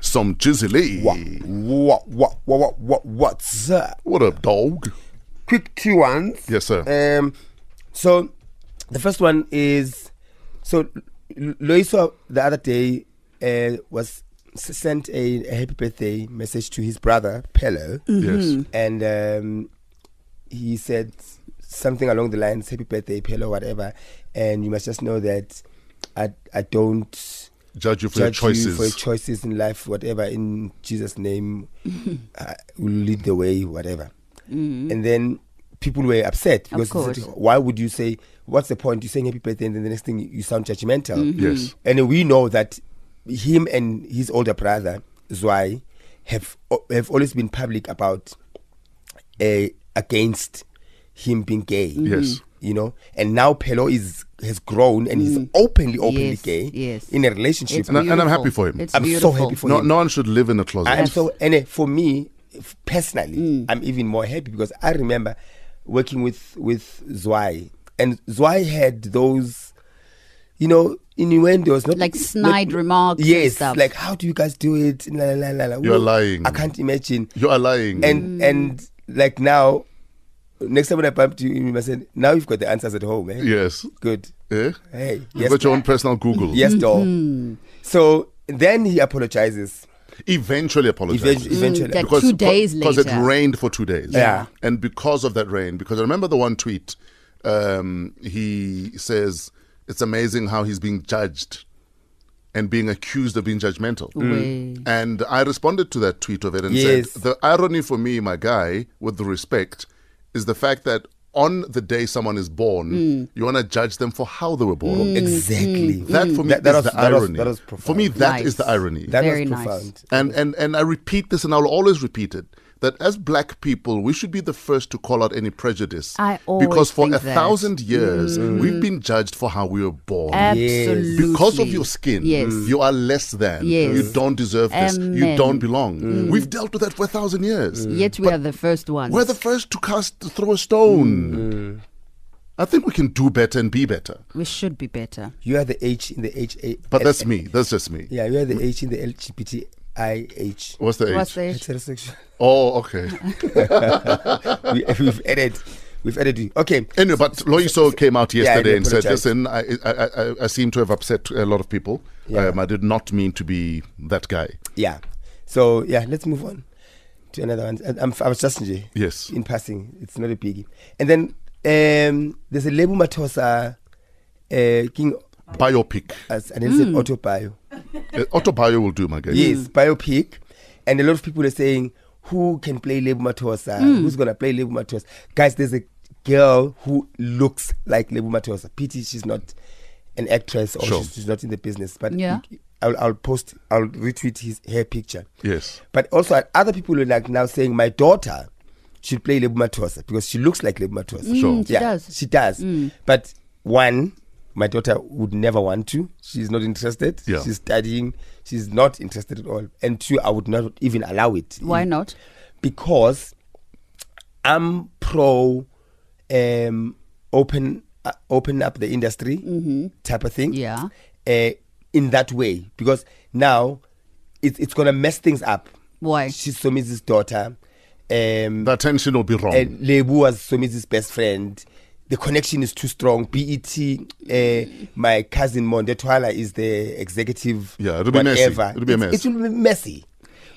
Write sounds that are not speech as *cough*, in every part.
some Jizzy Lee. What, what, what, what, what, what, what's up? What up, dog? Quick two ones. Yes, sir. Um, so the first one is so L- Loiso the other day uh, was s- sent a, a happy birthday message to his brother Pelo, Mm-hmm. Mm-hmm. Yes. and um, he said something along the lines "Happy birthday, Pelo, whatever." And you must just know that I I don't Judge you for judge your you for your choices. choices in life, whatever. In Jesus' *laughs* name, uh, will lead the way, whatever. And then people were upset Mm. Of because they said, course. why would you say? What's the point? You're saying happy birthday, and then the next thing you sound judgmental. Mm-hmm. Yes. And we know that him and his older brother Zwai have have always been public about uh, against him being gay. Mm-hmm. Yes. You know, and now Pelo is has grown and he's openly, openly Mm. Yes, gay yes. in a relationship. It's And I- and I'm beautiful. happy for him. It's I'm so beautiful. happy for No, him. no one should live in a closet. I am so, and uh, for me f- personally, Mm. I'm even more happy because I remember working with with Zwai, and Zwai had those, you know, innuendos, not Like not- snide remarks and Yes, stuff. like how do you guys do it? La, la, la, la. la. You're Whoa, lying. I can't imagine. you are lying. And Mm. and like now, next time when I bump to you, you must say, now you've got the answers at home. Eh? yes. Good. Eh? Hey, You've yes, got your own personal Google. yes, Mm-hmm. doll. So then he apologizes. Eventually apologize. Eventually, eventually. Mm, that- two days because it later. rained for two days. Yeah. And because of that rain, because I remember the one tweet, um, he says, It's amazing how he's being judged and being accused of being judgmental. Mm. Way. And I responded to that tweet of it and Yes. said, The irony for me, my guy, with the respect, is the fact that on the day someone is born, Mm. you want to judge them for how they were born. Mm-hmm. Exactly. That for me Mm. That- is that was- the that was- irony. that was for me, profound. that is Nice. the irony. That Very was nice. profound. And, and and I repeat this, and I'll always repeat it. That as black people, we should be the first to call out any prejudice. I always because for think a that. Mm. thousand years, we've been judged for how we were born. Absolutely. Because of your skin, Mm. Yes. you are less than. Yes. You don't deserve this. You Amen. Mm. don't belong. We've dealt with that for a thousand years. Yet we are the first ones. We're the first to cast to throw a stone. Mm. I think we can do better and be better. we should be better. You are the H in the H A. But that's me. That's just me. yeah, you are the H in the LGBTIH. What's the age? What's the age? Heterosexual. Oh, okay. *laughs* *laughs* we, we've added, we've added you. Okay, Anyway, but Loiso came out Yeah, yesterday I and said, apologise. "Listen, I, I, I, I seem to have upset a lot of people. Yeah. Um, I did not mean to be that guy." yeah. So yeah, let's move on to another one. I- I'm, I was just Yes. in passing. It's not a biggie. And then um, there's a Lebu Matosa uh, King Biopic. as and it's Hmm. an autobio. Uh, Otto Bio will do, my guy. Yes, biopic. And a lot of people are saying, who can play Lebu Matosa? Who's going to play Lebu Matosa? Guys, there's a girl who looks like Lebu Matosa. Pity she's not an actress or Sure. she's, she's not in the business. But Yeah. I'll, I'll post, I'll retweet his, her picture. Yes. But also, uh, other people are like now saying, my daughter should play Lebu Matosa because she looks like Lebu Matosa. Sure. Mm, she yeah, does. Mm. She does. But one, my daughter would never want to. She's not interested. Yeah. She's studying. She's not interested at all. And two, I would not even allow it. Mm. Why not? Because I'm pro um, open uh, open up the industry type of thing. Mm-hmm. Yeah. Uh, in that way, because now it, it's gonna mess things up. Why? She's Somizi's daughter. Um, The attention will be wrong. and Lebu was Somizi's best friend. The connection is too strong. BET, uh, my cousin Monde Twala is the executive. Yeah, it'll be messy. whatever. It'll be a It's- mess. It will be messy.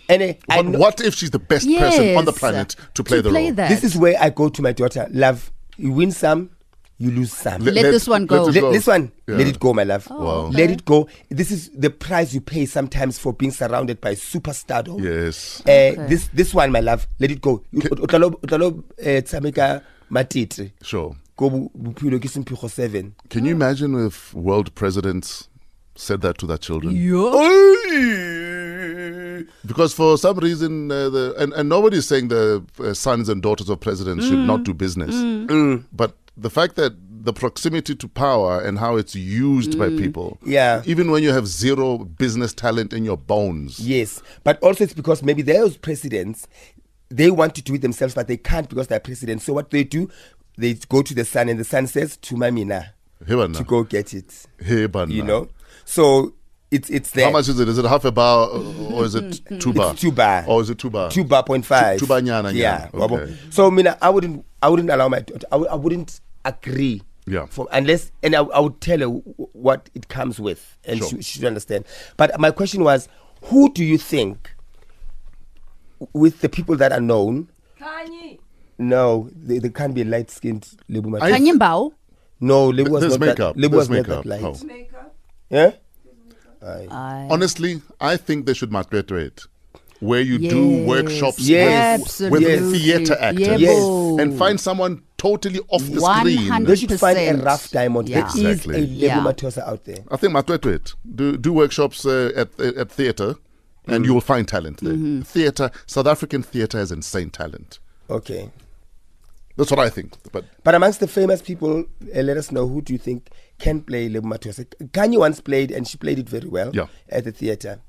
And uh, I but know, what if she's the best person on the Yes. planet to play the role? that. this is where I go to my daughter. Love, you win some, you lose some. Le- Let this one go. it Let- this one, Yeah. let it go, my love. Wow. Let it go. This is the price you pay sometimes for being surrounded by superstardom. Yes. Eh, this this one my love let it go O- o tla lo- o tla lo, eh, tshameka matitre Sure. ko bo- bophelo ke semphego seven Can you imagine if world presidents said that to their children? Because for some reason, uh, the and, and nobody's saying the uh, sons and daughters of presidents should not do business. Mm. But the fact that the proximity to power and how it's used by people, Yeah. even when you have zero business talent in your bones, yes but also it's because maybe those presidents they want to do it themselves but they can't because they're presidents so what they do they go to the sun and the sun says to mamina Hebana. to go get it Hebana. you know so it's it's there. How much is it? Is it half a bar or or is it two bar? Mm. It's two bar. Or is it two bar? two bar point five. Two- two bar nyana, Yeah. nyana. Okay. wabo. So mina, I wouldn't, I wouldn't allow my daughter. I w- I wouldn't agree. Yeah. For, unless, and I, I would tell her wh- what it comes with, and Sure. she, she should understand. But my question was, who do you think, w- with the people that are known, Kanye. no, they, they can't be light skinned Lebu Mati- I- Kanye Mbao. No, Lebu was There's not makeup. that. Lebu There's was not makeup. Oh. that light. How? Makeup. Yeah. I- Honestly, I think they should matriculate where you do Yes. workshops Yes. with, with Absolutely. theater actors Yes. Yebo. and find someone totally off the screen. 100. They should find a 100%. rough diamond. Yeah. There is Exactly. a Lebu Yeah. Matosa out there. I think matriculate. Do, do workshops uh, at, at theater and Mm-hmm. you'll find talent there. Theater, South African theater has insane talent. Okay. That's what I think. But But amongst the famous people, uh, let us know who do you think can play Lebu Matosa. Kanye once played, and she played it very well Yeah. at the theater.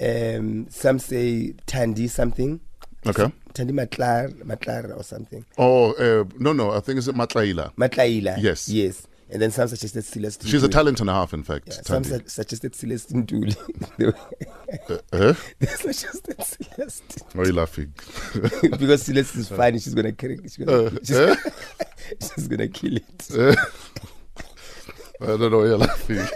Um, some say Tandi something. Okay. Tandi Matlar, Matlar or something. Oh, uh, no, no. I think it's Matlaila. Matlaila. Yes. Yes. And then some suggested Celestine. She's a talent and a half, in fact. Mm-hmm. Yeah, some Tandi. su- suggested Celestine Dooley. *laughs* they Huh? they suggested Celestine. Uh, Why are you *laughs* laughing? *laughs* because Celeste is funny, she's gonna kill she's gonna, Uh, she's, eh? she's gonna kill it. *laughs* I don't know why you're laughing.